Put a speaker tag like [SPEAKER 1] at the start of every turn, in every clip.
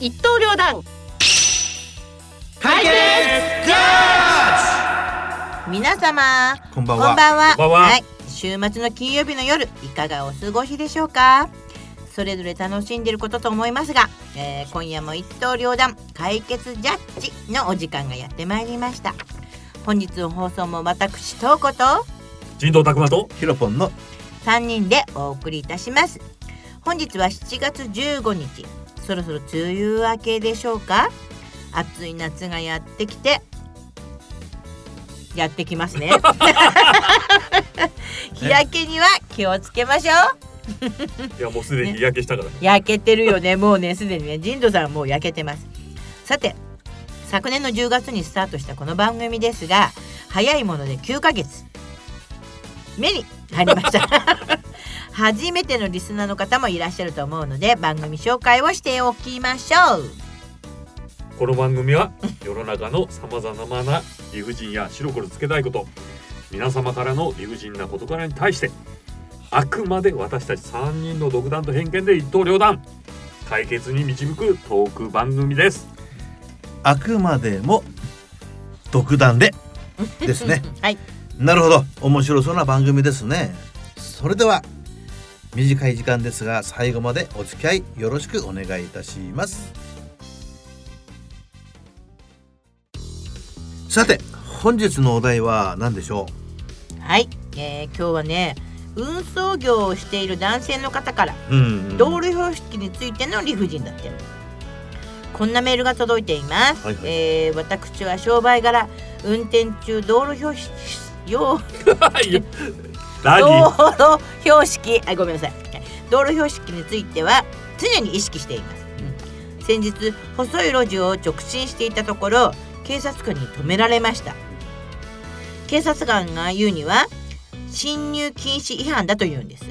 [SPEAKER 1] 一刀両断
[SPEAKER 2] 解決
[SPEAKER 3] 皆様
[SPEAKER 2] こんばん
[SPEAKER 3] こん
[SPEAKER 2] は
[SPEAKER 3] ばんは、
[SPEAKER 4] こんばんはい
[SPEAKER 3] 週末の金曜日の夜いかがお過ごしでしょうかそれぞれ楽しんでいることと思いますが、えー今夜も一刀両断解決ジャッジのお時間がやってまいりました本日の放送も私とうこと
[SPEAKER 4] 人道拓磨と
[SPEAKER 2] ヒロポンの
[SPEAKER 3] 3人でお送りいたします本日は7月15日そろそろ梅雨明けでしょうか暑い夏がやってきてやってきますね 日焼けには気をつけましょう
[SPEAKER 4] いやもうすでに日焼けしたから、
[SPEAKER 3] 焼けてるよねもうねすでにね神道さんはもう焼けてますさて昨年の10月にスタートしたこの番組ですが早いもので9ヶ月目に入りました 初めてのリスナーの方もいらっしゃると思うので番組紹介をしておきましょう
[SPEAKER 4] この番組は世の中のさまざまな理不尽や白黒つけたいこと皆様からの理不尽な事柄に対してあくまで私たち3人の独断と偏見で一刀両断解決に導くトーク番組です
[SPEAKER 2] あくまでも独断 でですね
[SPEAKER 3] はい
[SPEAKER 2] なるほど面白そうな番組ですねそれでは短い時間ですが最後までお付き合いよろしくお願いいたしますさて本日のお題は何でしょ
[SPEAKER 3] はい、えー今日はね運送業をしている男性の方から
[SPEAKER 2] ううん
[SPEAKER 3] 道路標識についての理不尽だってこんなメールが届いています、
[SPEAKER 2] はいはい
[SPEAKER 3] えー私は商売柄運転中道路標識よ 道
[SPEAKER 4] 何
[SPEAKER 3] 路標識あごめんなさい道路標識については常に意識しています、先日細い路地を直進していたところ警察官に止められました警察官が言うには進入禁止違反だと言うんです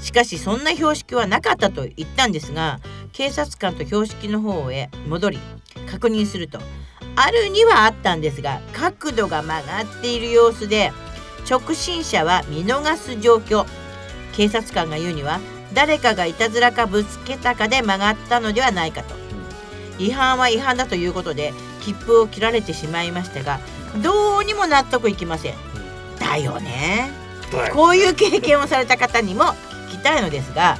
[SPEAKER 3] しかしそんな標識はなかったと言ったんですが警察官と標識の方へ戻り確認するとあるにはあったんですが角度が曲がっている様子で直進車は見逃す状況警察官が言うには誰かがいたずらかぶつけたかで曲がったのではないかと違反は違反だということで切符を切られてしまいましたがどうにも納得いきませんだよねこういう経験をされた方にも聞きたいのですが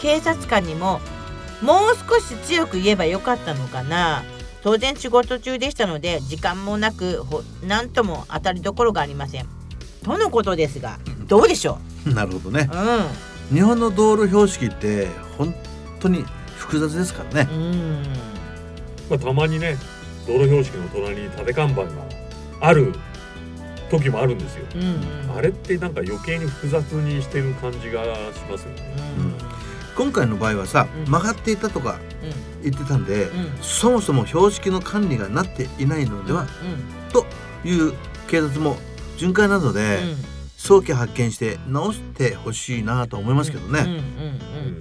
[SPEAKER 3] 警察官にももう少し強く言えばよかったのかな当然仕事中でしたので時間もなくほ何とも当たりどころがありませんとのことですがどうでしょ
[SPEAKER 2] なるほどね
[SPEAKER 3] ううん
[SPEAKER 2] 日本の道路標識って本当に複雑ですからね
[SPEAKER 3] うん
[SPEAKER 4] まあ、たまにね道路標識の隣に立て看板がある時もあるんですよ
[SPEAKER 3] うんうん
[SPEAKER 4] あれってなんか余計に複雑にしてる感じがしますよね
[SPEAKER 3] うん
[SPEAKER 2] 今回の場合はさ、
[SPEAKER 3] うん
[SPEAKER 2] 曲がっていたとか言ってたんで、
[SPEAKER 3] うん
[SPEAKER 2] そもそも標識の管理がなっていないのではという警察も巡回などで
[SPEAKER 3] うんうん
[SPEAKER 2] 早期発見して直してほしいなと思いますけどね、
[SPEAKER 3] うんうんうん
[SPEAKER 4] う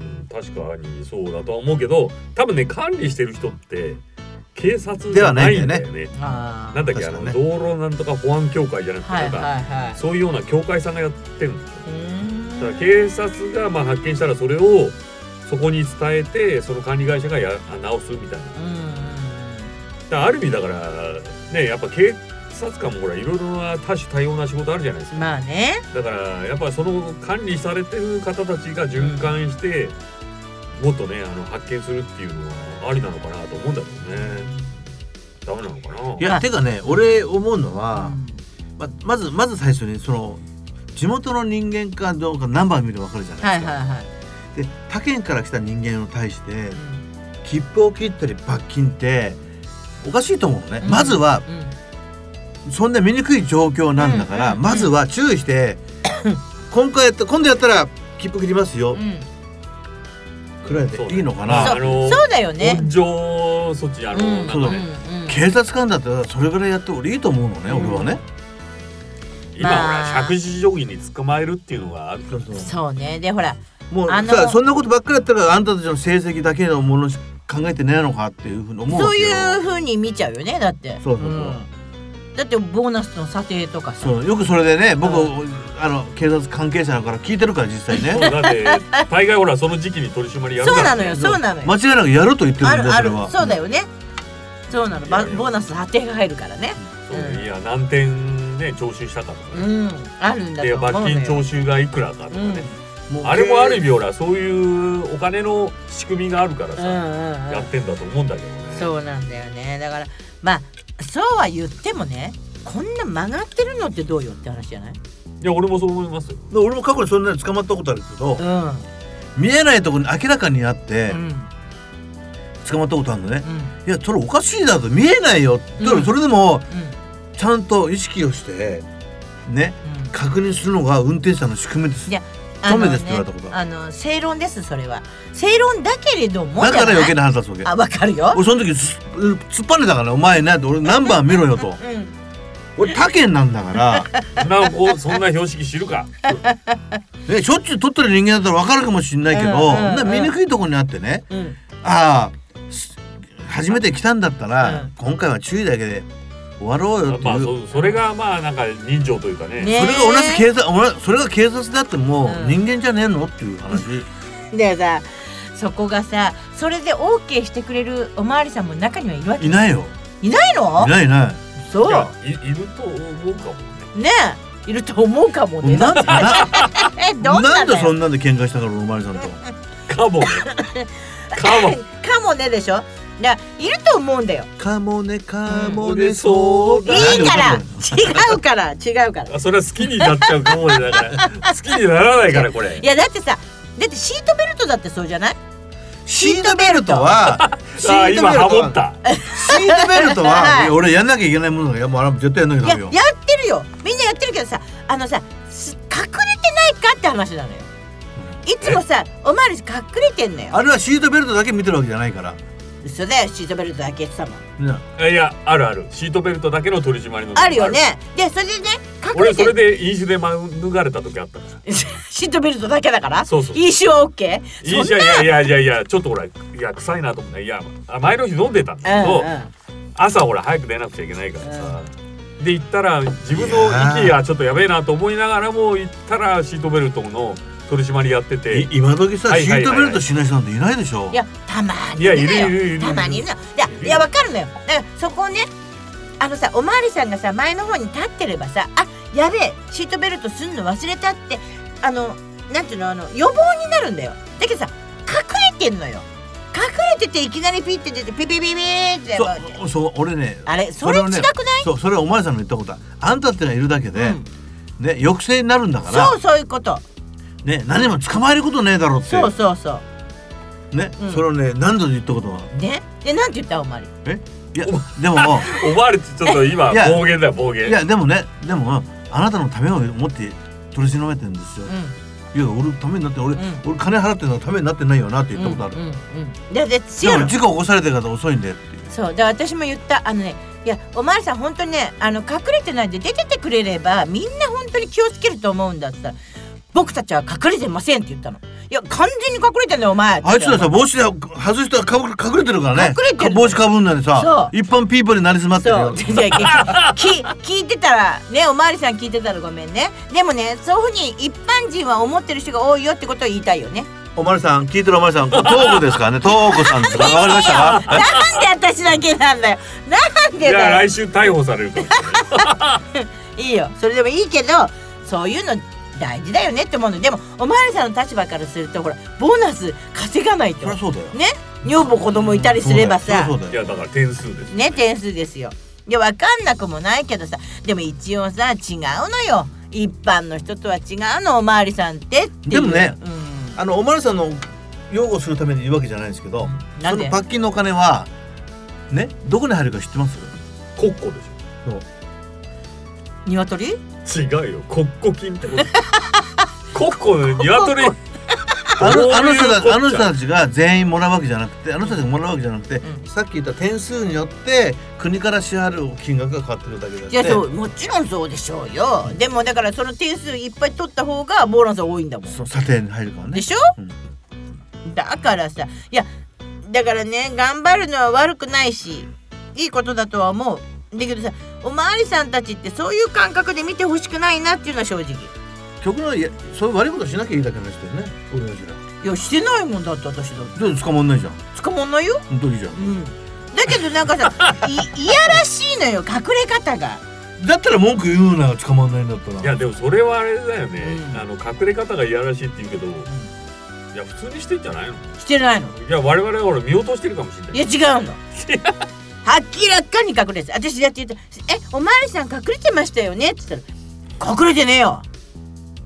[SPEAKER 4] ん確かにそうだとは思うけど多分ね管理してる人って警察
[SPEAKER 2] で
[SPEAKER 4] じ
[SPEAKER 2] は
[SPEAKER 4] ゃ
[SPEAKER 2] な
[SPEAKER 4] ないい
[SPEAKER 2] ん
[SPEAKER 4] ん
[SPEAKER 2] だ
[SPEAKER 4] だ
[SPEAKER 2] よ
[SPEAKER 4] よね
[SPEAKER 3] あー
[SPEAKER 4] なんだっけ、あ
[SPEAKER 2] 確かに
[SPEAKER 4] の
[SPEAKER 2] ね
[SPEAKER 4] 道路なんとか保安協会じゃなくて、
[SPEAKER 3] はい
[SPEAKER 4] なんか、
[SPEAKER 3] はいはい
[SPEAKER 4] そういうような協会さんがやってるんですよ
[SPEAKER 3] うん
[SPEAKER 4] だから警察がまあ発見したらそれをそこに伝えてその管理会社がやあ直すみたいなだか
[SPEAKER 3] うんうんうん
[SPEAKER 4] らある意味だからねやっぱ警察官もほらいろいろな多種多様な仕事あるじゃないですか
[SPEAKER 3] まあね
[SPEAKER 4] だからやっぱりその管理されてる方たちが循環して、もっとねあの発見するっていうのはありなのかなと思うんだけどねダメなのかない
[SPEAKER 2] や、
[SPEAKER 3] はい
[SPEAKER 2] てかね俺思うの
[SPEAKER 3] う、
[SPEAKER 2] は
[SPEAKER 3] ん
[SPEAKER 2] ままずまず最初にその地元の人間かどうかナンバー見ると分かるじゃな
[SPEAKER 3] はいい
[SPEAKER 2] です
[SPEAKER 3] は
[SPEAKER 2] か、
[SPEAKER 3] いはい
[SPEAKER 2] で他県から来た人間に対して
[SPEAKER 3] う
[SPEAKER 2] 切符を切ったり罰金っておかしいと思うのね、
[SPEAKER 3] ん
[SPEAKER 2] まずは
[SPEAKER 3] うん
[SPEAKER 2] そんな見にくい状況なんだから、
[SPEAKER 3] うんうん
[SPEAKER 2] まずは注 意して、今回やった今度やったら切符切りますよ、
[SPEAKER 3] うん
[SPEAKER 2] くらい
[SPEAKER 4] そう
[SPEAKER 2] で
[SPEAKER 4] ね
[SPEAKER 2] いいのか
[SPEAKER 4] ま
[SPEAKER 2] な、
[SPEAKER 4] ああの
[SPEAKER 3] そうだよね
[SPEAKER 4] 温情措置あの、
[SPEAKER 3] うん
[SPEAKER 4] なんかね、
[SPEAKER 3] うんうん
[SPEAKER 2] 警察官だったらそれぐらいやって俺いいと思うのね、
[SPEAKER 3] うん
[SPEAKER 2] 俺はね
[SPEAKER 4] 今ほら
[SPEAKER 3] まあ
[SPEAKER 4] 百事定規に捕まえるっていうのがあるから
[SPEAKER 3] そうねでほら
[SPEAKER 2] もう
[SPEAKER 3] あの
[SPEAKER 2] さそんなことばっかりやったらあんたたちの成績だけのものしか考えてないのかっていうふうに思うわ
[SPEAKER 3] そう
[SPEAKER 2] けよ
[SPEAKER 3] いう風に見ちゃうよねだって
[SPEAKER 2] そうそうそ
[SPEAKER 3] う
[SPEAKER 2] う
[SPEAKER 3] んだってボーナスの査定とかさ
[SPEAKER 2] そうよくそれでね僕、
[SPEAKER 3] う
[SPEAKER 2] あの警察関係者だから聞いてるから実際
[SPEAKER 4] そ う
[SPEAKER 2] ね
[SPEAKER 4] だって大概ほらその時期に取り締まりやる
[SPEAKER 3] そう
[SPEAKER 4] か
[SPEAKER 3] な
[SPEAKER 4] ら
[SPEAKER 3] の
[SPEAKER 4] ね、
[SPEAKER 3] よそうなのよ
[SPEAKER 2] 間違いなくやると言って
[SPEAKER 3] あ
[SPEAKER 2] るん
[SPEAKER 3] る
[SPEAKER 2] だ
[SPEAKER 3] あ
[SPEAKER 2] それ
[SPEAKER 3] る
[SPEAKER 2] は
[SPEAKER 3] そうだよねそうなのば
[SPEAKER 4] いやいや
[SPEAKER 3] ボーナス査定が入るからね
[SPEAKER 4] そう
[SPEAKER 3] うん
[SPEAKER 4] いや何点ね徴収したかとか
[SPEAKER 3] う
[SPEAKER 4] ね、
[SPEAKER 3] んあるんだ
[SPEAKER 4] で
[SPEAKER 3] と思う
[SPEAKER 4] 罰
[SPEAKER 3] のよ
[SPEAKER 4] 金徴収がいくらかとか
[SPEAKER 3] うんうん
[SPEAKER 4] ね、あれもある意味ほらそういうお金の仕組みがあるから
[SPEAKER 3] う
[SPEAKER 4] さ、
[SPEAKER 3] んうん
[SPEAKER 4] やってんだと思うんだけどね
[SPEAKER 3] そうなんだよねだからまあそうは言ってもねこんな曲がってるのってどうよって話じゃない
[SPEAKER 4] いや俺もそう思いますよ
[SPEAKER 2] で俺も過去にそんなに捕まったことあるけど、
[SPEAKER 3] うんうん
[SPEAKER 2] 見えないところに明らかにあって
[SPEAKER 3] うん
[SPEAKER 2] 捕まったことあるのね、いやそれおかしいだと見えないよ、だからそれでもちゃんと意識をしてね
[SPEAKER 3] うん
[SPEAKER 2] 確認するのが運転手さんの仕組みです
[SPEAKER 3] いや
[SPEAKER 2] ダメですって言われたこと
[SPEAKER 3] あのねあの正論ですそれは正論だけれども
[SPEAKER 2] だか
[SPEAKER 3] じゃ
[SPEAKER 2] ら
[SPEAKER 3] ない
[SPEAKER 2] 余計な話出すわ
[SPEAKER 3] あ
[SPEAKER 2] け
[SPEAKER 3] わかるよ
[SPEAKER 2] 俺その時す突っぱねたからねお前ね俺ナンバー見ろ よと
[SPEAKER 3] うん
[SPEAKER 2] 俺他県なん だから
[SPEAKER 4] そんなおそんな標識知るか
[SPEAKER 2] ねしょっちゅう取ってる人間だったら分かるかもしれないけど、
[SPEAKER 3] うんうんうん
[SPEAKER 2] そんな見にくいとこにあってね
[SPEAKER 3] うん
[SPEAKER 2] ああす初めて来たんだったら、
[SPEAKER 3] うん
[SPEAKER 2] 今回は注意だけで終わろうよっていう、
[SPEAKER 4] まあ
[SPEAKER 2] そ
[SPEAKER 4] そそれがまあなんか人情というかね
[SPEAKER 3] ね
[SPEAKER 2] れが同じ警察同じそれが警察だっても
[SPEAKER 3] う
[SPEAKER 2] うん人間じゃねえのっていう話、
[SPEAKER 3] だからさそこがさそれで OK してくれるおまわりさんも中にはいるわけ
[SPEAKER 2] いないよ
[SPEAKER 3] いないの
[SPEAKER 2] いないいない
[SPEAKER 3] そ
[SPEAKER 4] いうやいいると思うかもね
[SPEAKER 3] ねえいると思うかもね
[SPEAKER 2] なな
[SPEAKER 3] えどん
[SPEAKER 2] な
[SPEAKER 3] なん
[SPEAKER 2] で
[SPEAKER 3] だ
[SPEAKER 2] そ
[SPEAKER 3] よ
[SPEAKER 2] んなんで喧嘩したからおまわりさんと
[SPEAKER 4] かもねかも
[SPEAKER 3] かもねでしょだからいると思うんだよ
[SPEAKER 2] かもねかも
[SPEAKER 4] う
[SPEAKER 2] ね
[SPEAKER 4] ん
[SPEAKER 2] そうだ
[SPEAKER 3] いいから
[SPEAKER 2] なんで
[SPEAKER 3] 違うから違うから
[SPEAKER 4] あそれは好きになっちゃうかもねだから好きにならないからこれ
[SPEAKER 3] いやだってさだってシートベルトだってそうじゃない
[SPEAKER 2] シートベルト はシ
[SPEAKER 4] あ
[SPEAKER 2] ート
[SPEAKER 4] 今
[SPEAKER 2] ベル
[SPEAKER 4] ハ
[SPEAKER 2] ト
[SPEAKER 4] モっ
[SPEAKER 2] は
[SPEAKER 4] た
[SPEAKER 2] シートベルト
[SPEAKER 3] は
[SPEAKER 2] はい 俺やんなきゃいけないものだからもうあれ絶対やんなきゃ
[SPEAKER 3] い
[SPEAKER 2] ダ
[SPEAKER 3] や
[SPEAKER 2] メよ
[SPEAKER 3] やってるよみんなやってるけどさあのさす隠れてないかって話なのよいつもさおまわりさん隠れてんのよ
[SPEAKER 2] あれはシートベルトだけ見てるわけじゃないから
[SPEAKER 3] 嘘だよシートベルトだけってたもん
[SPEAKER 2] ね
[SPEAKER 4] あいやあるあるシートベルトだけの取り締まりの時
[SPEAKER 3] あるよねでそれでね隠
[SPEAKER 4] 俺
[SPEAKER 3] れ
[SPEAKER 4] そ
[SPEAKER 3] て
[SPEAKER 4] れで飲酒で免れた時あったから
[SPEAKER 3] シートベルトだけだから
[SPEAKER 4] そうそう
[SPEAKER 3] 飲酒は OK
[SPEAKER 4] 飲酒はいやいやいやいやちょっとほらいや臭いなと思っていやあ前の日飲んでたん
[SPEAKER 3] うん
[SPEAKER 4] だけど、
[SPEAKER 3] うん
[SPEAKER 4] 朝ほら早く出なくちゃいけないからさ、で行ったら自分の息がちょっとやべえなと思いながらも行ったらシートベルトの取り締まりやってて
[SPEAKER 2] い今時さ、
[SPEAKER 4] はいはいはい
[SPEAKER 2] シートベルトしない人なんていないでしょ
[SPEAKER 3] いやたまに
[SPEAKER 4] いや
[SPEAKER 3] ね
[SPEAKER 4] いるいるいる
[SPEAKER 3] たまにねいや
[SPEAKER 4] いる
[SPEAKER 3] いやわかるのよだからそこをねあのさおまわりさんがさ前の方に立ってればさあやべえシートベルトすんの忘れたってあのなんていうのあの予防になるんだよだけどさ隠れてんのよ隠れてていきなりピッて出てピピピピって
[SPEAKER 2] そうそう俺ね
[SPEAKER 3] あれそれ違
[SPEAKER 2] を
[SPEAKER 3] くな
[SPEAKER 2] ね
[SPEAKER 3] い
[SPEAKER 2] そうそれはお前さんの言ったことだあんたってのはいるだけで、
[SPEAKER 3] うん
[SPEAKER 2] ね抑制になるんだから
[SPEAKER 3] そうそういうこと
[SPEAKER 2] ね何も捕まえることねえだろって
[SPEAKER 3] そうそうそ
[SPEAKER 2] ね、
[SPEAKER 3] うん
[SPEAKER 2] それをね何度で言ったことは
[SPEAKER 3] うねでなんて言ったおまわり
[SPEAKER 2] えいやで も
[SPEAKER 4] おまわりってちょっと今
[SPEAKER 2] いや
[SPEAKER 4] 暴言だよ暴言
[SPEAKER 2] いやでもねでもあなたのためを思って取り調べてんですよ、
[SPEAKER 3] う
[SPEAKER 2] いや俺のためになって俺、
[SPEAKER 3] うん
[SPEAKER 2] 俺金払ってるのためになってないよなって
[SPEAKER 3] ん
[SPEAKER 2] 言ったことある、
[SPEAKER 3] うんうんうんだって
[SPEAKER 2] で
[SPEAKER 3] 違う
[SPEAKER 2] も
[SPEAKER 3] の
[SPEAKER 2] 事故起こされてる方遅いんでっていう
[SPEAKER 3] そうだから私も言ったあのねいやおまわりさん本当にねあの隠れてないで出ててくれればみんな本当に気をつけると思うんだったら僕たちは隠れてませんって言ったのいや完全に隠れてんだよお前って
[SPEAKER 2] あいつらさ
[SPEAKER 3] そう
[SPEAKER 2] 帽子で外したらかぶ隠れてるからね
[SPEAKER 3] 隠れてる
[SPEAKER 2] か帽子かぶんないでさ
[SPEAKER 3] そ
[SPEAKER 2] 一般ピーポーになりすまってる よ
[SPEAKER 3] いやいやき聞いてたらねおまわりさん聞いてたらごめんねでもねそういうふうに一般人は思ってる人が多いよってことを言いたいよ ね
[SPEAKER 2] おまるさん聞いてるおまるさんこれ東子ですからね東子さんですからわかりまし たか
[SPEAKER 3] なんで私だけなんだよなん
[SPEAKER 4] いや
[SPEAKER 3] でだよ
[SPEAKER 4] 来週逮捕されるから
[SPEAKER 3] いいよそれでもいいけどそういうの大事だよねって思うのでもおまわりさんの立場からするとほらボーナス稼がない
[SPEAKER 2] そ
[SPEAKER 3] と
[SPEAKER 2] りゃそうだよ
[SPEAKER 3] ね女房子供いたりすればさ
[SPEAKER 2] そうだよ
[SPEAKER 4] いやだから点数です
[SPEAKER 3] ね点数ですよで分かんなくもないけどさでも一応さ違うのよ一般の人とは違うのおまわりさんってっていう
[SPEAKER 2] でもね
[SPEAKER 3] うん
[SPEAKER 2] あのおまるさんの擁護するために言うわけじゃないんですけど
[SPEAKER 3] な
[SPEAKER 2] そ
[SPEAKER 3] ん
[SPEAKER 2] の
[SPEAKER 3] で
[SPEAKER 2] 罰金のお金はねどこに入るか知ってます
[SPEAKER 4] 国庫で
[SPEAKER 3] 鶏
[SPEAKER 4] しょ違うよ国庫金ってこと国庫の鶏
[SPEAKER 2] あのあの人
[SPEAKER 4] どういうこっち
[SPEAKER 2] た
[SPEAKER 4] ゃ
[SPEAKER 2] あの人たちが全員もらうわけじゃなくてあの人たちがもらうわけじゃなくて、
[SPEAKER 3] う
[SPEAKER 2] さっき言った点数によって国から支払う金額が変わってるだけだって
[SPEAKER 3] いやそうもちろんそうでしょうよでもだからその点数いっぱい取った方がボーナスは多いんだもん
[SPEAKER 2] そう査定に入るからね
[SPEAKER 3] でしょ、
[SPEAKER 2] うん
[SPEAKER 3] だからさいやだからね頑張るのは悪くないしいいことだとは思うだけどさおまわりさんたちってそういう感覚で見てほしくないなっていうのは正直い
[SPEAKER 2] 極論いやそういう悪いことしなきゃいいだけの人よね俺たちら
[SPEAKER 3] やしてないもんだって私だっ
[SPEAKER 2] 全然捕まんないじゃん
[SPEAKER 3] て捕まんないよ
[SPEAKER 2] 本当にじゃ
[SPEAKER 3] うんだけどなんか さいいやらしいのよ隠れ方が
[SPEAKER 2] んだったら文句言うな捕まんないんだったら
[SPEAKER 4] いやでもそれはあれだよね、
[SPEAKER 3] うん
[SPEAKER 4] あの隠れ方がいやらしいって言うけど、いや普通にしてんじゃないの
[SPEAKER 3] してないの
[SPEAKER 4] いや我々は俺見落としてるかもしれない
[SPEAKER 3] いや違う の明らかに隠れてた私だって言った「えおまわりさん隠れてましたよね」って言ったら「隠れてねえよ」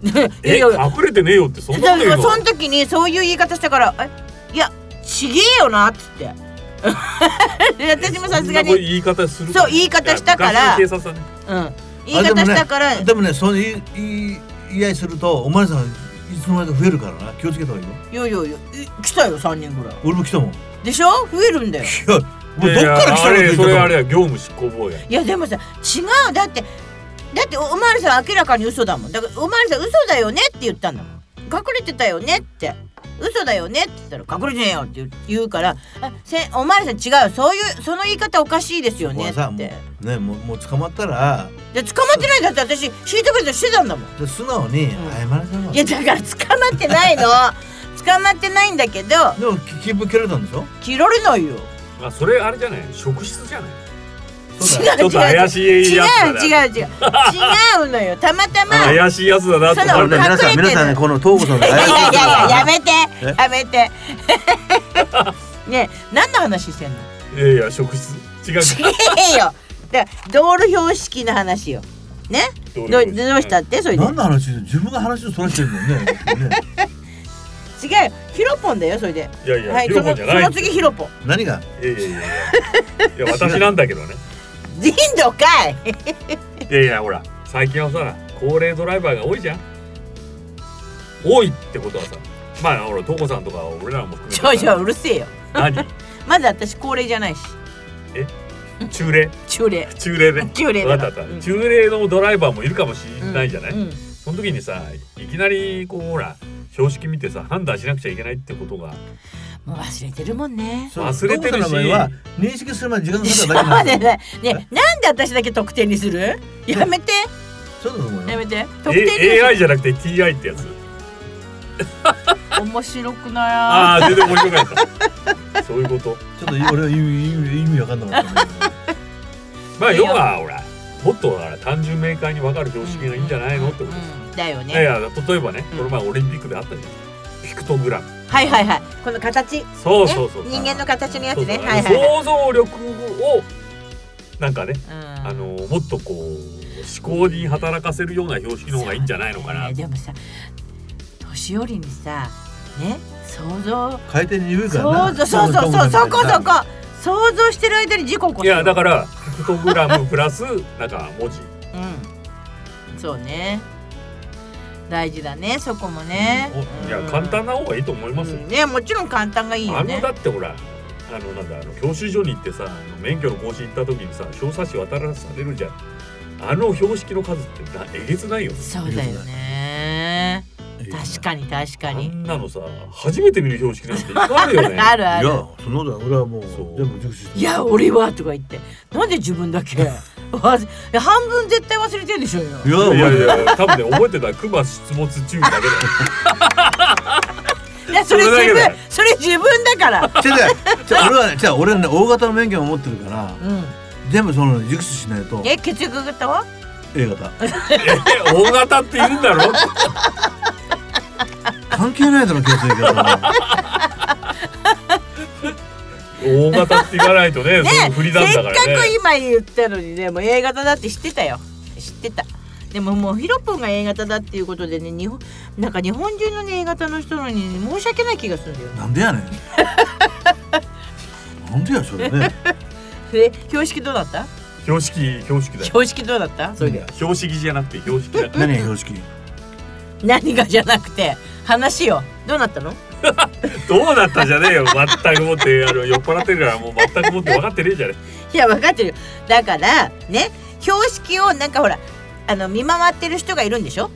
[SPEAKER 3] いや
[SPEAKER 4] え
[SPEAKER 3] いやだか
[SPEAKER 4] 隠れてねえよってそんなこと言う
[SPEAKER 3] ら
[SPEAKER 4] の
[SPEAKER 3] その時にそういう言い方したから「えいやちげえよな」っつって で私もさすが
[SPEAKER 4] そんな
[SPEAKER 3] に、
[SPEAKER 4] 言い方する
[SPEAKER 3] そう言い方したから
[SPEAKER 4] いや昔の警察はね
[SPEAKER 3] うん、言い方したから、
[SPEAKER 2] でもねそういう言い言い合いするとお前さんいつの間にか増えるからな気をつけた方がいいよ
[SPEAKER 3] いやいやいやい来たよ3人ぐらい
[SPEAKER 2] 俺も来たもんい
[SPEAKER 3] でしょ増えるんだよ
[SPEAKER 2] やもうどっから来たの
[SPEAKER 4] いや
[SPEAKER 2] って言
[SPEAKER 4] いやあれ
[SPEAKER 2] ったの
[SPEAKER 4] それあれや業務執行妨害
[SPEAKER 3] いやでもさ違うだってだっておおまわりさん明らかに嘘だもんだからおまわりさん嘘だよねって言ったんだもん隠れてたよねって嘘だよねって言ったら隠れてねえよって言う言うからあせんおまわりさん違うそういうその言い方おかしいですよね
[SPEAKER 2] もう
[SPEAKER 3] って
[SPEAKER 2] さも
[SPEAKER 3] で
[SPEAKER 2] うねもうもう捕まったら
[SPEAKER 3] 捕まってないんだって私シートベルトしてたんだもん
[SPEAKER 2] で素直に
[SPEAKER 3] ん
[SPEAKER 2] 謝られたの
[SPEAKER 3] いやだから捕まってないの捕まってないんだけど
[SPEAKER 2] でもき切符切られたんでしょ
[SPEAKER 3] 切られないよ
[SPEAKER 4] あそれあれじゃない職質じゃない
[SPEAKER 2] そう
[SPEAKER 3] 違
[SPEAKER 2] だよ
[SPEAKER 3] う
[SPEAKER 4] ちょっと怪し
[SPEAKER 3] 違う違う
[SPEAKER 4] いやつだな
[SPEAKER 3] 違う違うのよたまたまいやい
[SPEAKER 4] 怪しいやつだなって
[SPEAKER 3] その
[SPEAKER 2] あのね皆さん
[SPEAKER 3] 隠れてる
[SPEAKER 2] 皆さんねこの東郷さんの
[SPEAKER 3] やいやいややめて
[SPEAKER 2] え
[SPEAKER 3] やめて ねえ何の話してんの
[SPEAKER 4] いやいや職質違う
[SPEAKER 3] ちげえよだから道路標識の話よね
[SPEAKER 4] ど
[SPEAKER 3] ど
[SPEAKER 4] う
[SPEAKER 3] どうしたってそれで違う
[SPEAKER 2] 何の話自分が話をそらしてるもんねね
[SPEAKER 3] よヒロポンだよそれで
[SPEAKER 4] いやいや、
[SPEAKER 3] はい
[SPEAKER 4] ヒ
[SPEAKER 3] そ
[SPEAKER 4] ロポン
[SPEAKER 3] の
[SPEAKER 4] じ
[SPEAKER 3] そ
[SPEAKER 4] ゃない
[SPEAKER 3] の次ヒロポン
[SPEAKER 2] 何が
[SPEAKER 4] いやいやいやいやいや私なんだけど ね
[SPEAKER 3] 人道かい
[SPEAKER 4] いやいやほら最近はさ高齢ドライバーが多いじゃん多いってことはさまあほらトコさんとか俺らも含めて
[SPEAKER 3] ちょいちょいうるせえよ
[SPEAKER 4] 何
[SPEAKER 3] まだ私高齢じゃないし
[SPEAKER 4] 中齢
[SPEAKER 3] 中齢
[SPEAKER 4] 中齢ね
[SPEAKER 3] 中齢だ
[SPEAKER 4] わかったわかった中齢のドライバーもいるかもしれないじゃない、
[SPEAKER 3] うんうん
[SPEAKER 4] その時にさいきなりこうほら標識見てさ判断しなくちゃいけないってことが
[SPEAKER 3] もう忘れてるもんね
[SPEAKER 2] そう
[SPEAKER 4] 忘れてる
[SPEAKER 2] 東郷さ
[SPEAKER 4] し
[SPEAKER 2] んの場合は認識するまで時間がかか
[SPEAKER 3] そう
[SPEAKER 2] っただけなんだ
[SPEAKER 3] だ
[SPEAKER 2] よ
[SPEAKER 3] ねねなんで私だけ得点にするやめて
[SPEAKER 2] そうだと思う
[SPEAKER 3] や
[SPEAKER 2] よ
[SPEAKER 3] めて得点にす
[SPEAKER 4] A-
[SPEAKER 3] る
[SPEAKER 4] AI じゃなくて TI ってやつ
[SPEAKER 3] 面白くない
[SPEAKER 4] ああ全然面白か ったそういうこと
[SPEAKER 2] ちょっと俺は意味意味意味わかんなかったんだけど
[SPEAKER 4] まあ
[SPEAKER 3] いいよ
[SPEAKER 4] 要はほらもっとほら単純明快に分かる標識がいいんじゃないのってことです、
[SPEAKER 3] うんだよね
[SPEAKER 4] いやいや例えばね
[SPEAKER 3] うん
[SPEAKER 4] この前オリンピックであったじゃないピクトグラム
[SPEAKER 3] はいはいはいこの形ね
[SPEAKER 4] そうそうそう
[SPEAKER 3] 人間の形のやつね
[SPEAKER 4] そうそう
[SPEAKER 3] はいはいはい
[SPEAKER 4] 想像力をなんかね
[SPEAKER 3] うん
[SPEAKER 4] あのもっとこう思考に働かせるような標識の方がいいんじゃないのかな
[SPEAKER 3] そうねでもさ年寄りにさね想像
[SPEAKER 2] 回転鈍いから
[SPEAKER 3] 想
[SPEAKER 2] な
[SPEAKER 3] 像そうそうそうそこそ
[SPEAKER 2] 東郷さんみたいにな
[SPEAKER 3] こ想像してる間に事故起こす
[SPEAKER 4] いやだからピクトグラムプラスなんか文字
[SPEAKER 3] うんそうね大事だねそこもね
[SPEAKER 4] いや簡単な方がいいと思いますよ
[SPEAKER 3] うんねもちろん簡単がいいよ
[SPEAKER 4] あ
[SPEAKER 3] ね
[SPEAKER 4] のだってほらあのなんだあの教習所に行ってさあの免許の更新行った時にさ小冊子渡らされるじゃんあの標識の数ってなえげつないよね
[SPEAKER 3] そうだよね確かに確か
[SPEAKER 4] あ
[SPEAKER 3] に
[SPEAKER 4] んなのさ初めて見る標識なんていっぱいあるよ ね
[SPEAKER 3] あるあ
[SPEAKER 2] い
[SPEAKER 3] る
[SPEAKER 2] やそのだ俺はもう
[SPEAKER 4] そう
[SPEAKER 2] 全部熟知してる
[SPEAKER 3] いや俺はとか言ってなんで自分だけわ いや半分絶対忘れてるでしょうよ
[SPEAKER 2] いや
[SPEAKER 4] いやい
[SPEAKER 2] 俺
[SPEAKER 4] やいや多分ね覚えてたら熊出没注意だけだよ
[SPEAKER 3] いやそれ
[SPEAKER 4] それだ
[SPEAKER 3] 自
[SPEAKER 4] けだ
[SPEAKER 3] 分
[SPEAKER 4] よ
[SPEAKER 3] それ自分だから
[SPEAKER 2] 違う違う違う俺はね違う俺はね大型の免許を持ってるから
[SPEAKER 3] うん
[SPEAKER 2] 全部その熟知しないと
[SPEAKER 3] え血液型は
[SPEAKER 2] A 型
[SPEAKER 4] え大型って言うんだろ
[SPEAKER 2] 関係ないだろ気がつい て
[SPEAKER 4] 大型って言わないとね
[SPEAKER 3] ね
[SPEAKER 4] その振りなん
[SPEAKER 3] せ
[SPEAKER 4] だ
[SPEAKER 3] っ
[SPEAKER 4] か
[SPEAKER 3] から
[SPEAKER 4] ね
[SPEAKER 3] く今言ったのにねもう A 型だって知ってたよ知ってたでももうヒロポンが A 型だっていうことでね日本なんか日本中のね A 型の人のに申し訳ない気がするんだよね
[SPEAKER 2] なんでやねんなんでやそれね
[SPEAKER 3] え標識どうだった
[SPEAKER 4] 標識標識だよ
[SPEAKER 3] 標識どうだったそれで
[SPEAKER 4] 標識じゃなくて標識だ
[SPEAKER 2] 何が標識
[SPEAKER 3] 何がじゃなくて話よどうなったの
[SPEAKER 4] どうなったじゃねえよ全くもってあの酔っ払ってるからもう全くもって分かってねえじゃね
[SPEAKER 3] いや分かってるよだからね標識をなんかほらあの見回ってる人がいるんでしょ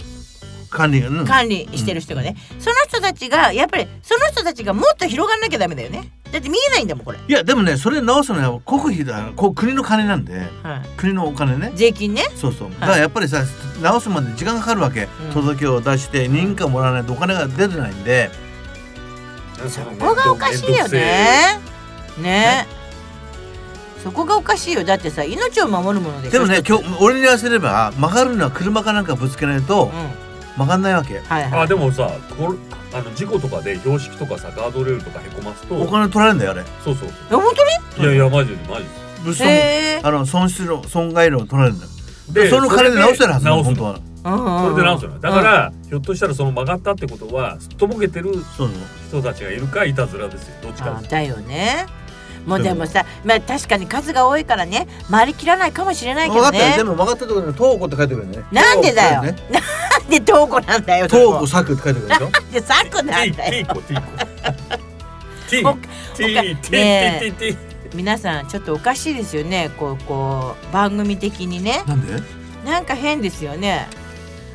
[SPEAKER 2] 管理がうん
[SPEAKER 3] 管理してる人がね、その人たちがやっぱりその人たちがもっと広がんなきゃダメだよねだって見えないんだもんこれ、
[SPEAKER 2] いやでもねそれ直すのは国費だこう国の金なんで
[SPEAKER 3] は
[SPEAKER 2] 国のお金ね
[SPEAKER 3] い、税金ね
[SPEAKER 2] そうそう、だからやっぱりさ直すまで時間かかるわけ、
[SPEAKER 3] うん
[SPEAKER 2] 届けを出して認可もらわないとお金が出てないんで、
[SPEAKER 4] そ
[SPEAKER 3] そこがおかしいよねねそこがおかしいよだってさ命を守るものでし
[SPEAKER 2] で
[SPEAKER 3] ょ
[SPEAKER 2] もね
[SPEAKER 3] 一
[SPEAKER 2] 今
[SPEAKER 3] つ
[SPEAKER 2] 日俺に言わせれば曲がるのは車かなんかぶつけないと
[SPEAKER 3] うん
[SPEAKER 2] 曲がんないわけ、
[SPEAKER 3] はいはい
[SPEAKER 4] あでもさこあの事故とかで標識とかさガードレールとかへこますと
[SPEAKER 2] お金取られるんだよあれ
[SPEAKER 4] そうそう
[SPEAKER 3] え本当に
[SPEAKER 4] いやいやマジでマジ
[SPEAKER 2] 物損、
[SPEAKER 3] へえ
[SPEAKER 2] あの損失の損害のを取られるんだよ
[SPEAKER 4] で
[SPEAKER 2] その金で直せるはずなの
[SPEAKER 4] 直す
[SPEAKER 2] 本
[SPEAKER 4] の
[SPEAKER 2] 当は
[SPEAKER 4] そ
[SPEAKER 3] そ
[SPEAKER 4] れで直すのよだから、ひょっとしたらその曲がったってことはすっとぼけてる
[SPEAKER 2] そうそう
[SPEAKER 4] 人たちがいるかいたずらですよどっちか
[SPEAKER 3] あ
[SPEAKER 4] です
[SPEAKER 3] だよねもうでもさまあ確かに数が多いからね回りきらないかもしれないけ
[SPEAKER 2] 曲が
[SPEAKER 3] ど
[SPEAKER 2] ったら
[SPEAKER 3] ね
[SPEAKER 2] 全部曲がったところに「東子」って書いてくるよね
[SPEAKER 3] なんでだよ
[SPEAKER 2] ね
[SPEAKER 3] なんで東子なんだよ
[SPEAKER 2] 東子作って書いてくるでしょ
[SPEAKER 3] なんでサクなん
[SPEAKER 4] T
[SPEAKER 3] だよ
[SPEAKER 4] T 子 T 子 T
[SPEAKER 3] ほ
[SPEAKER 4] T
[SPEAKER 3] ね
[SPEAKER 4] T T T
[SPEAKER 3] 皆さんちょっとおかしいですよねこうこう番組的にね
[SPEAKER 2] なんで
[SPEAKER 3] なんか変ですよね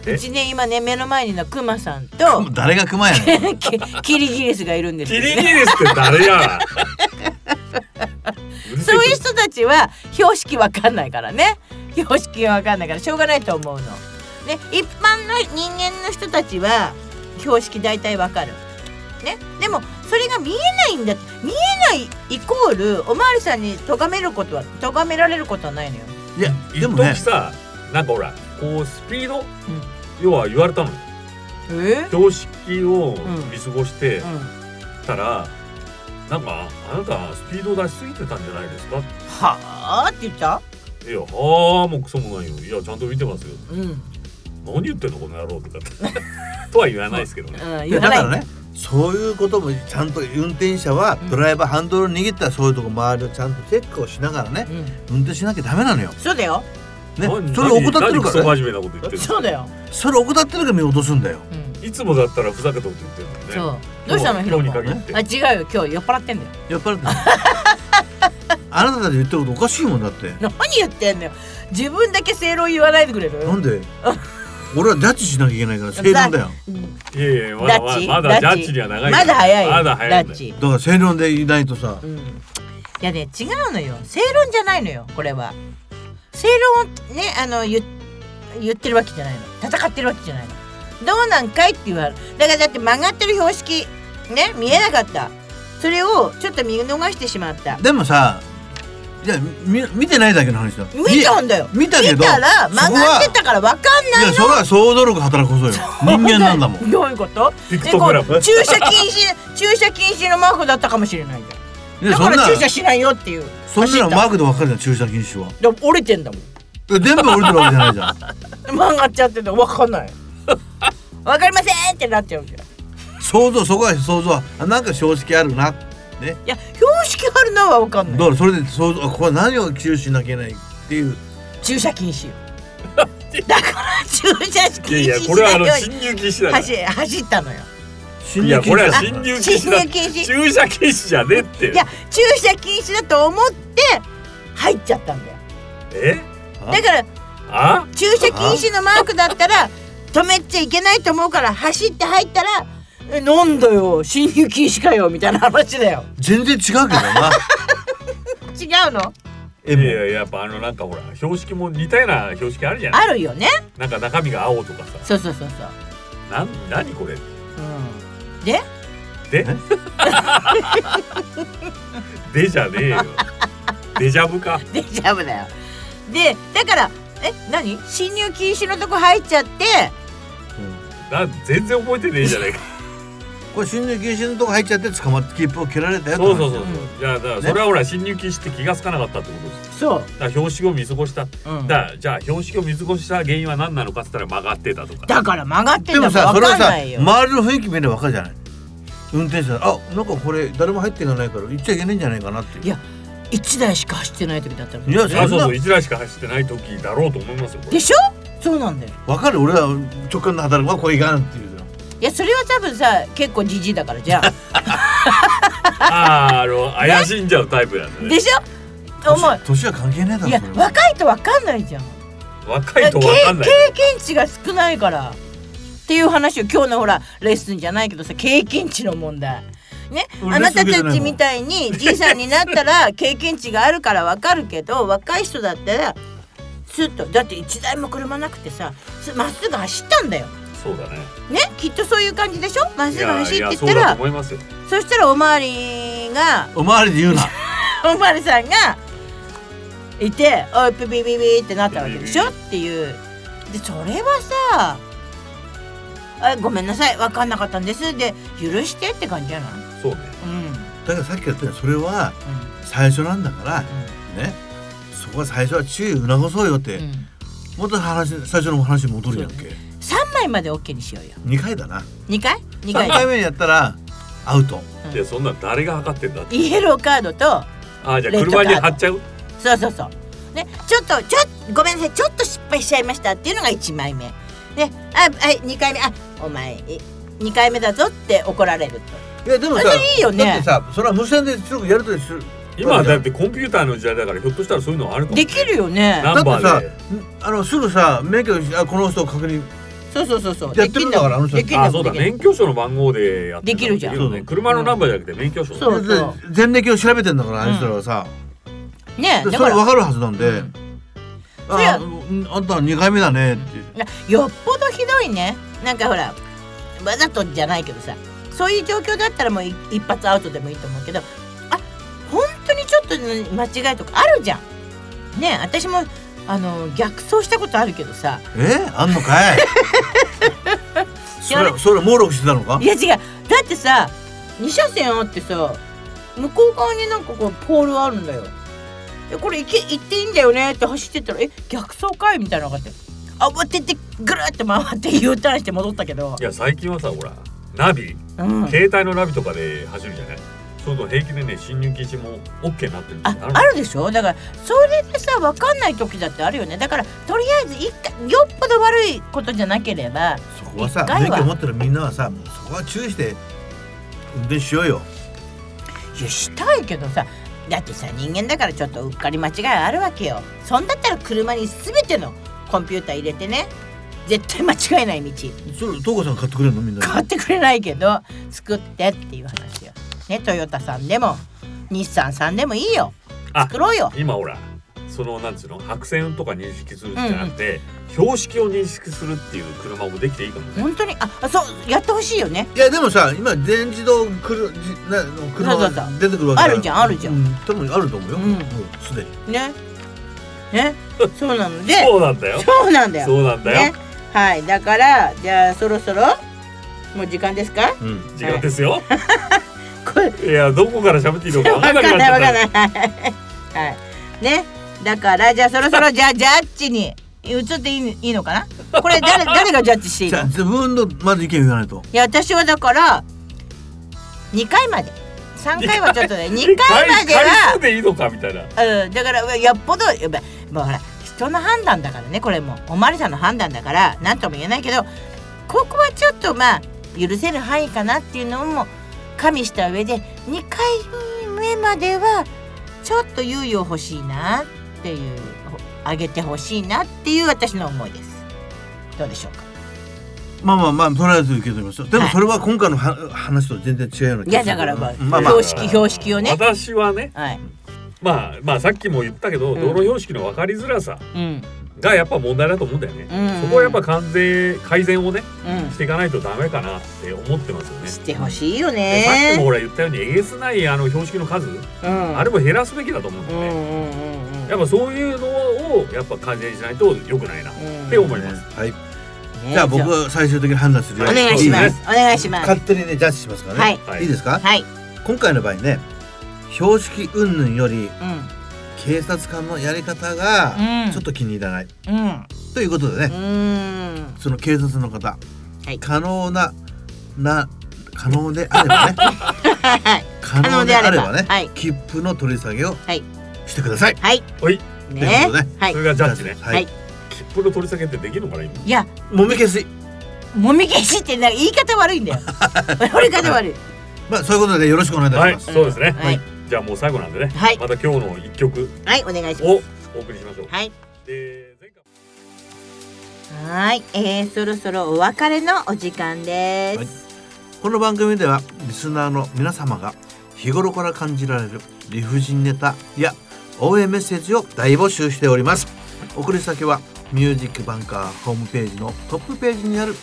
[SPEAKER 4] え
[SPEAKER 3] うちね今ね目の前にのクマさんと
[SPEAKER 2] もう誰が熊やね ん
[SPEAKER 3] キキリギリスがいるんです
[SPEAKER 4] キ
[SPEAKER 3] よ
[SPEAKER 4] リギ
[SPEAKER 3] ね
[SPEAKER 4] リスって誰やうる
[SPEAKER 3] そ
[SPEAKER 4] せえ
[SPEAKER 3] ういう人たちは標識わかんないからね標識わかんないからしょうがないと思うのね一般の人間の人たちは標識大体わかるねでもそれが見えないんだ見えないイコールおまわりさんに咎めることは咎められることはないのよ
[SPEAKER 2] いやで
[SPEAKER 4] 一
[SPEAKER 2] もね
[SPEAKER 4] 時さなんかほらこうスピード、要は言われたのよ
[SPEAKER 3] え
[SPEAKER 4] 標識を
[SPEAKER 3] ん
[SPEAKER 4] 見過ごして
[SPEAKER 3] うん
[SPEAKER 4] たら、なんかあなたスピード出しすぎてたんじゃないですかい
[SPEAKER 3] はあって言った
[SPEAKER 4] やはあもうクソもないよいやちゃんと見てますよ
[SPEAKER 3] うん、うん、
[SPEAKER 4] 何言ってんのこの野郎とかってとは言わないですけどね
[SPEAKER 2] い
[SPEAKER 3] 言
[SPEAKER 2] や
[SPEAKER 3] わな
[SPEAKER 2] だか
[SPEAKER 3] い
[SPEAKER 2] らねそういうこともちゃんと運転者は
[SPEAKER 3] うん
[SPEAKER 2] ドライバーハンドルを握ったらそういうとこ周りをちゃんとチェックをしながらね
[SPEAKER 3] うん、
[SPEAKER 2] 運転しなきゃダメなのよ。
[SPEAKER 3] そうだよ
[SPEAKER 2] ね
[SPEAKER 4] 何
[SPEAKER 2] それを怠ってる
[SPEAKER 4] 何ク
[SPEAKER 2] か
[SPEAKER 4] ソ
[SPEAKER 2] らね
[SPEAKER 4] 真面目なこと言ってる
[SPEAKER 3] そうだよ、
[SPEAKER 2] それを怠ってるから見落とすんだよ。
[SPEAKER 3] うん、
[SPEAKER 4] いつもだったらふざけたこと言ってるのね
[SPEAKER 3] そうどうしたのヒ
[SPEAKER 4] 今
[SPEAKER 3] ロ
[SPEAKER 4] 日
[SPEAKER 3] ポ
[SPEAKER 4] に限
[SPEAKER 3] ン
[SPEAKER 4] って
[SPEAKER 3] あ違うよ今日酔っ払ってんだよ
[SPEAKER 2] やっ ぱりあなたたち言ってることおかしいもんだって。
[SPEAKER 3] 何言ってんのよ自分だけ正論言わないでくれる
[SPEAKER 2] なんで俺はジャッジしなきゃいけないから正論だよ。
[SPEAKER 3] うん
[SPEAKER 4] いやいやま
[SPEAKER 3] ダ
[SPEAKER 4] だ
[SPEAKER 3] ッチ
[SPEAKER 4] まだジ
[SPEAKER 3] ダ
[SPEAKER 4] ャ
[SPEAKER 3] ッチ
[SPEAKER 4] ッジには長い
[SPEAKER 3] まだ早いよ
[SPEAKER 4] まだ早いん
[SPEAKER 3] ダッ
[SPEAKER 4] だよ
[SPEAKER 3] チ
[SPEAKER 2] だから正論でいないとさ
[SPEAKER 3] うんいやね違うのよ正論じゃないのよこれは正論をねあの言言ってるわけじゃないの戦ってるわけじゃないのどうなんかいって言われるだからだって曲がってる標識ね見えなかったそれをちょっと見逃してしまった
[SPEAKER 2] でもさいやみ見てないだけの話だよ。
[SPEAKER 3] 見たんだよ
[SPEAKER 2] 見たけど
[SPEAKER 3] 見たら曲がって
[SPEAKER 2] そこ
[SPEAKER 3] たからわかんない
[SPEAKER 2] はいやそれは想像力働くこそよ。人間なんだもん。
[SPEAKER 3] どういうこと
[SPEAKER 4] ピク
[SPEAKER 3] で
[SPEAKER 4] ト
[SPEAKER 3] こ
[SPEAKER 4] グラ
[SPEAKER 3] う
[SPEAKER 4] ム
[SPEAKER 3] 駐車禁止 駐車禁止のマークだったかもしれないじゃん
[SPEAKER 2] で
[SPEAKER 3] だ
[SPEAKER 2] そ
[SPEAKER 3] か
[SPEAKER 2] ん
[SPEAKER 3] ら
[SPEAKER 2] な
[SPEAKER 3] 駐車しないよっていう
[SPEAKER 2] そんなのマ
[SPEAKER 3] 走
[SPEAKER 2] ークで分かるじゃん駐車禁止は。
[SPEAKER 3] ったでも折れてんだもん
[SPEAKER 2] いや全部降りてるわけじゃないじゃん。
[SPEAKER 3] 曲がっちゃっててわかん ないわかりませんってなっちゃうじゃん
[SPEAKER 2] 想像そこは想像あなんか標識あるなね
[SPEAKER 3] いや標識あるのはわかん
[SPEAKER 2] だ
[SPEAKER 3] ない
[SPEAKER 2] からそれで想像あこれ何を注意しなきゃいけないっていう
[SPEAKER 3] 駐車禁止よだから駐車
[SPEAKER 4] いや
[SPEAKER 3] 禁
[SPEAKER 4] い
[SPEAKER 3] 止
[SPEAKER 4] や
[SPEAKER 3] し
[SPEAKER 4] これ
[SPEAKER 3] な
[SPEAKER 4] はいあの
[SPEAKER 3] よ
[SPEAKER 4] 侵入禁止だから
[SPEAKER 3] 走走ったのよ
[SPEAKER 2] 侵
[SPEAKER 4] いやこれは
[SPEAKER 2] 禁
[SPEAKER 4] 侵
[SPEAKER 2] 止
[SPEAKER 4] 入禁
[SPEAKER 3] 侵
[SPEAKER 4] 止だ
[SPEAKER 3] 入禁止
[SPEAKER 4] 駐車禁止じゃねえって
[SPEAKER 3] いや駐車禁止だと思って入っちゃったんだよ
[SPEAKER 4] え
[SPEAKER 3] だから
[SPEAKER 4] あ
[SPEAKER 3] 駐車禁止のマークだったら止めちゃいけないと思うから走って入ったら「えなんだよ進入禁止かよ」みたいな話だよ
[SPEAKER 2] 全然違うけどな
[SPEAKER 3] 違うの
[SPEAKER 2] え
[SPEAKER 4] いや
[SPEAKER 2] も
[SPEAKER 4] いややっぱあのなんかほら標識も似たような標識あるじゃん
[SPEAKER 3] あるよね
[SPEAKER 4] なんか中身が青とかさ
[SPEAKER 3] そうそうそうそう
[SPEAKER 4] なん何これ
[SPEAKER 3] うん で
[SPEAKER 4] で
[SPEAKER 2] え
[SPEAKER 4] でじゃねえよデジャブか
[SPEAKER 3] デジャブだよでだからえ何進入禁止のとこ入っちゃって
[SPEAKER 4] な全然覚えてねえじゃないか
[SPEAKER 2] これ侵入禁止のとこ入っちゃって捕まって切符を蹴られたよって
[SPEAKER 4] そう
[SPEAKER 2] 話
[SPEAKER 4] そうそうそううんいやだからそれはほら侵入禁止って気がつかなかったってことです
[SPEAKER 3] そう、
[SPEAKER 4] だから標識を見過ごしただか
[SPEAKER 3] うん、だ
[SPEAKER 4] らじゃあ標識を見過ごした原因は何なのかっつったら曲がってたとか
[SPEAKER 3] から曲がって
[SPEAKER 2] で
[SPEAKER 3] んだ
[SPEAKER 2] もさ
[SPEAKER 3] か
[SPEAKER 2] そ
[SPEAKER 3] 分
[SPEAKER 2] れは
[SPEAKER 3] かん
[SPEAKER 2] さ
[SPEAKER 3] ないよ
[SPEAKER 2] 周りの雰囲気見れば分かるじゃない運転手さんあなんかこれ誰も入っていかないから行っちゃいけないんじゃないかなっていう
[SPEAKER 3] いや1台しか走ってない時だったの
[SPEAKER 2] いや
[SPEAKER 4] いや
[SPEAKER 2] そ
[SPEAKER 4] そ
[SPEAKER 2] ん
[SPEAKER 4] う
[SPEAKER 2] な
[SPEAKER 4] そう一台しか走ってない時だろうと思いますよこれ
[SPEAKER 3] でしょそうなんだよ
[SPEAKER 2] 分かる俺は直感の働くはこれいかんっていう
[SPEAKER 3] いやそれは多分さ結構じじいだからじゃあ
[SPEAKER 4] あああの怪しんじゃうタイプなんだね
[SPEAKER 3] でしょ思う
[SPEAKER 2] 年年は関係ねえだろ
[SPEAKER 3] いや
[SPEAKER 2] それは
[SPEAKER 3] 若いとわかんないじゃん
[SPEAKER 4] 若いとわかんない
[SPEAKER 3] 経験値が少ないからっていう話を今日のほらレッスンじゃないけどさ経験値の問題ね、
[SPEAKER 2] 俺
[SPEAKER 3] あなた
[SPEAKER 2] そういうわけじゃ
[SPEAKER 3] た
[SPEAKER 2] ない
[SPEAKER 3] ち
[SPEAKER 2] もん
[SPEAKER 3] みたいにじいさんになったら経験値があるからわかるけど若い人だったらスッとだって一台も車なくてさすまっすぐ走ったんだよ。
[SPEAKER 4] そうだね
[SPEAKER 3] ねきっとそういう感じでしょまっ
[SPEAKER 4] い
[SPEAKER 3] すぐ
[SPEAKER 4] や
[SPEAKER 3] 走
[SPEAKER 4] い
[SPEAKER 3] って
[SPEAKER 4] や
[SPEAKER 3] いっ
[SPEAKER 4] そう
[SPEAKER 3] た
[SPEAKER 4] だと
[SPEAKER 3] ら
[SPEAKER 4] 思いますよ
[SPEAKER 3] そしたらおまわりが
[SPEAKER 2] おまわりで言うな
[SPEAKER 3] おまわりさんがいて「おいピピピピ」ってなったわけでしょ
[SPEAKER 4] ピ
[SPEAKER 3] っていうでそれはさあ「ごめんなさい分かんなかったんです」で「許して」って感じじゃない
[SPEAKER 4] そうね
[SPEAKER 3] うん
[SPEAKER 2] だからさっき言ったようにそれは最初なんだからねそこは最初は注意促そうよって、
[SPEAKER 3] うんうん
[SPEAKER 2] もっと話最初のお話に戻るやんけ
[SPEAKER 3] 3枚まで OK にしようよ
[SPEAKER 2] 2回だな
[SPEAKER 3] 2回2
[SPEAKER 2] 3
[SPEAKER 3] 回
[SPEAKER 2] 回目にやったらアウト
[SPEAKER 4] いやそんなん誰が測ってんだって
[SPEAKER 3] イエローカードと
[SPEAKER 4] あじゃあ
[SPEAKER 3] レッドカード
[SPEAKER 4] 車に貼っちゃう
[SPEAKER 3] そうそうそうねちょっとちょごめんなさいちょっと失敗しちゃいましたっていうのが1枚目ねあはい2回目あお前2回目だぞって怒られると。
[SPEAKER 2] いやでも
[SPEAKER 3] それいいよね
[SPEAKER 2] だってさそれは無線で強くやるとする
[SPEAKER 4] 今はだってコンピューターの時代だからひょっとしたらそういうのあるかも
[SPEAKER 3] できるよね
[SPEAKER 2] だ
[SPEAKER 4] ナン
[SPEAKER 2] って
[SPEAKER 4] バ
[SPEAKER 2] さ
[SPEAKER 4] ーで
[SPEAKER 2] あのすぐさ免許あこの人を確認
[SPEAKER 3] そうそうそうそう
[SPEAKER 2] やってるんだからあの人
[SPEAKER 3] できるん
[SPEAKER 4] あ
[SPEAKER 3] だ
[SPEAKER 4] そう
[SPEAKER 3] もんで
[SPEAKER 4] だ
[SPEAKER 3] きる
[SPEAKER 4] 免許証の番号でやって
[SPEAKER 3] できるじゃん
[SPEAKER 4] よね車のナンバーじゃなくて免許証
[SPEAKER 3] そうそう
[SPEAKER 2] で前歴を調べてんだからあの人らはさ、
[SPEAKER 3] ね
[SPEAKER 2] で
[SPEAKER 3] だ
[SPEAKER 2] そ
[SPEAKER 3] か
[SPEAKER 2] れ分
[SPEAKER 3] ら
[SPEAKER 2] かるはずなんで、
[SPEAKER 3] うんそりゃ
[SPEAKER 2] あうんあんたは2回目だねって
[SPEAKER 3] よっぽどひどいねなんかほらわざとじゃないけどさそういう状況だったらもうい一発アウトでもいいと思うけどあ本当にちょっと間違いとかあるじゃんね私もあの逆走したことあるけどさ
[SPEAKER 2] えあんの かいそれそれ網羅してたのか
[SPEAKER 3] いや違うだってさ2車線あってさ向こう側になんかこうポールあるんだよでこれ行け行っていいんだよねって走ってったら「え逆走かい?」みたいなのがあって慌ててぐるっと回って U ターンして戻ったけど
[SPEAKER 4] い、や最近はさほらナビ
[SPEAKER 3] うん、
[SPEAKER 4] 携帯のナビとかで走るじゃないそうすると平気でね進入禁止も OK になってるんだ
[SPEAKER 3] あ
[SPEAKER 4] よ
[SPEAKER 3] あるでしょだからそれでさ分かんない時だってあるよねだからとりあえず一回よっぽど悪いことじゃなければ
[SPEAKER 2] そこはさ
[SPEAKER 3] 一回
[SPEAKER 2] 免
[SPEAKER 3] は
[SPEAKER 2] 許持ってるみんなはさもうそこは注意して運転しようよ
[SPEAKER 3] いやしたいけどさだってさ人間だからちょっとうっかり間違いあるわけよそんだったら車に全てのコンピューター入れてね絶対間違いない道
[SPEAKER 2] それ東郷さん買ってくれるのみんなに
[SPEAKER 3] 変わってくれないけど作ってっていう話よねトヨタさんでも日産さんでもいいよ
[SPEAKER 4] あ
[SPEAKER 3] 作ろうよ
[SPEAKER 4] 今ほらそのなんつうの白線とか認識するんじゃなくて、標識を認識するっていう車もできていいかもね、
[SPEAKER 3] 本当にああそうやってほしいよね
[SPEAKER 2] いやでもさ今全自動くるじなの車
[SPEAKER 3] そ
[SPEAKER 2] が
[SPEAKER 3] うそうそう
[SPEAKER 2] 出てくるわけだから
[SPEAKER 3] あるじゃんあるじゃん
[SPEAKER 2] う多分あると思うよ
[SPEAKER 3] うん
[SPEAKER 2] もうすでに
[SPEAKER 3] ねねそうなので
[SPEAKER 4] そうなんだよ
[SPEAKER 3] そうなんだよ
[SPEAKER 4] そうなんだよ、
[SPEAKER 3] ねはいだからじゃあそろそろもう時間ですか
[SPEAKER 2] うん
[SPEAKER 4] 時間ですよ、
[SPEAKER 3] これ
[SPEAKER 4] い、やどこから喋っていいのか
[SPEAKER 3] わか
[SPEAKER 4] 分か
[SPEAKER 3] ん
[SPEAKER 4] ん
[SPEAKER 3] な
[SPEAKER 4] ないく
[SPEAKER 3] わ
[SPEAKER 4] なっちゃ
[SPEAKER 3] か
[SPEAKER 4] っ
[SPEAKER 3] ん
[SPEAKER 4] た
[SPEAKER 3] ない。はい。ね。だからじゃあそろそろじゃあジャッジに移っていいいいのかな？これ誰誰がジャッジしていい
[SPEAKER 2] じゃ
[SPEAKER 3] の？
[SPEAKER 2] あ
[SPEAKER 3] い
[SPEAKER 2] 自分のまず意見を言わないと
[SPEAKER 3] や私はだから二回まで、三回はちょっと ね、二回まで
[SPEAKER 4] 回数
[SPEAKER 3] は、
[SPEAKER 4] でいいのかみたいな
[SPEAKER 3] うんだからうわやっぽどやっぱもうほら人の判断だからねこれもおまりさんの判断だから何とも言えないけどここはちょっとまあ許せる範囲かなっていうのも加味した上で2回目まではちょっと猶予欲しいなっていうあげてほしいなっていう私の思いですどうでしょうか
[SPEAKER 2] まあまあまあとりあえず受け取りますよでも
[SPEAKER 3] はい
[SPEAKER 2] それは今回のは話と全然違うような気がする
[SPEAKER 3] いやだからまあ
[SPEAKER 2] うんまあまあ
[SPEAKER 3] 標識標識をね
[SPEAKER 4] 私はね
[SPEAKER 3] はい
[SPEAKER 4] まあまあさっきも言ったけど、
[SPEAKER 3] うん
[SPEAKER 4] 道路標識の分かりづらさ
[SPEAKER 3] うん
[SPEAKER 4] がやっぱ問題だと思うんだよね、
[SPEAKER 3] うん
[SPEAKER 4] そこはやっぱ完全改善をね
[SPEAKER 3] う
[SPEAKER 4] していかないとダメかなって思ってますよね
[SPEAKER 3] んしてほしいよ
[SPEAKER 4] でさっきも
[SPEAKER 3] ね
[SPEAKER 4] ほら言ったようにえげつないあの標識の数、
[SPEAKER 3] うん
[SPEAKER 4] あれも減らすべきだと思うんだ
[SPEAKER 3] うん
[SPEAKER 4] よ
[SPEAKER 3] うんう
[SPEAKER 4] ね、
[SPEAKER 3] んうん
[SPEAKER 4] やっぱそういうのをやっぱ改善しないと良くないな、
[SPEAKER 3] うん
[SPEAKER 4] って思います、
[SPEAKER 2] はい
[SPEAKER 3] ね
[SPEAKER 2] じゃあ僕は最終的に判断する
[SPEAKER 3] お
[SPEAKER 2] よ
[SPEAKER 3] 願いし
[SPEAKER 2] い
[SPEAKER 3] ま
[SPEAKER 2] い
[SPEAKER 3] す
[SPEAKER 2] ね
[SPEAKER 3] お願いします
[SPEAKER 2] 勝手にねジャッジしますからね
[SPEAKER 3] はい
[SPEAKER 4] はい
[SPEAKER 2] いですか
[SPEAKER 3] はい
[SPEAKER 2] 今回の場合ね標識云々より
[SPEAKER 3] うん
[SPEAKER 2] 警察官のやり方が
[SPEAKER 3] うん
[SPEAKER 2] ちょっと気に入らない、
[SPEAKER 3] うん
[SPEAKER 2] ということでね、
[SPEAKER 3] うん
[SPEAKER 2] その警察の方、
[SPEAKER 3] はい
[SPEAKER 2] 可能なな可能であれば ね
[SPEAKER 3] はい
[SPEAKER 2] 可
[SPEAKER 3] 能
[SPEAKER 2] 能
[SPEAKER 3] で
[SPEAKER 2] で
[SPEAKER 3] あ
[SPEAKER 2] あ
[SPEAKER 3] れ
[SPEAKER 2] れ
[SPEAKER 3] ば
[SPEAKER 2] ばね、
[SPEAKER 3] はい
[SPEAKER 2] 切符の取り下げを
[SPEAKER 3] はい
[SPEAKER 2] してください、
[SPEAKER 3] はい
[SPEAKER 4] はい
[SPEAKER 3] ね
[SPEAKER 2] ということで
[SPEAKER 3] はい
[SPEAKER 4] それがジャッジね
[SPEAKER 2] はい、
[SPEAKER 3] は
[SPEAKER 4] 切符の取り下げってできるのかな今
[SPEAKER 3] いや
[SPEAKER 2] もみ消し
[SPEAKER 3] もみ消しってなんか言い方悪いんだよ俺方悪い
[SPEAKER 2] まあそういうことでよろしくお願いいた
[SPEAKER 4] は
[SPEAKER 2] し
[SPEAKER 4] い
[SPEAKER 2] ます、
[SPEAKER 4] そうですね、
[SPEAKER 3] はい
[SPEAKER 4] じゃあもう最後なんでね、
[SPEAKER 3] はい
[SPEAKER 4] また今日の一曲
[SPEAKER 3] はいお願いします
[SPEAKER 4] をお送りしましょう、
[SPEAKER 3] はい
[SPEAKER 4] で前回
[SPEAKER 3] はーいえー、そろそろお別れのお時間です、
[SPEAKER 2] この番組ではリスナーの皆様が日頃から感じられる理不尽ネタや応援メッセージを大募集しております送り先はミュージックバンカーホームページのトップページにある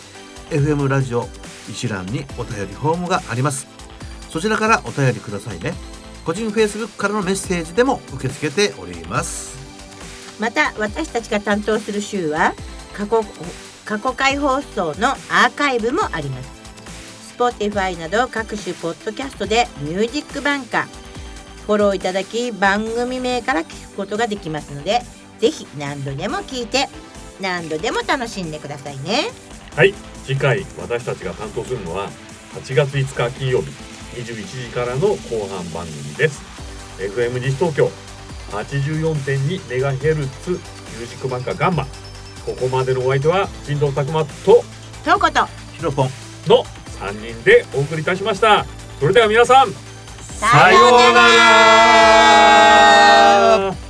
[SPEAKER 2] FM ラジオ一覧にお便りフォームがありますそちらからお便りくださいね個人 Facebook からのメッセージでも受け付けております
[SPEAKER 3] また私たちが担当する週は過去過去回放送のアーカイブもあります Spotify など各種ポッドキャストで「ミュージックバンカー」フォローいただき番組名から聞くことができますのでぜひ何度でも聞いて何度でも楽しんでくださいね
[SPEAKER 4] はい次回私たちが担当するのは8月5日金曜日21時からの後半番組です FM 西東京 84.2MHz ミュージックバンカーガンマここまでのお相手は人道拓磨と
[SPEAKER 3] とうこと
[SPEAKER 2] ヒロポン
[SPEAKER 4] の3人でお送りいたしましたそれでは皆さん
[SPEAKER 3] さようなら
[SPEAKER 4] さようなら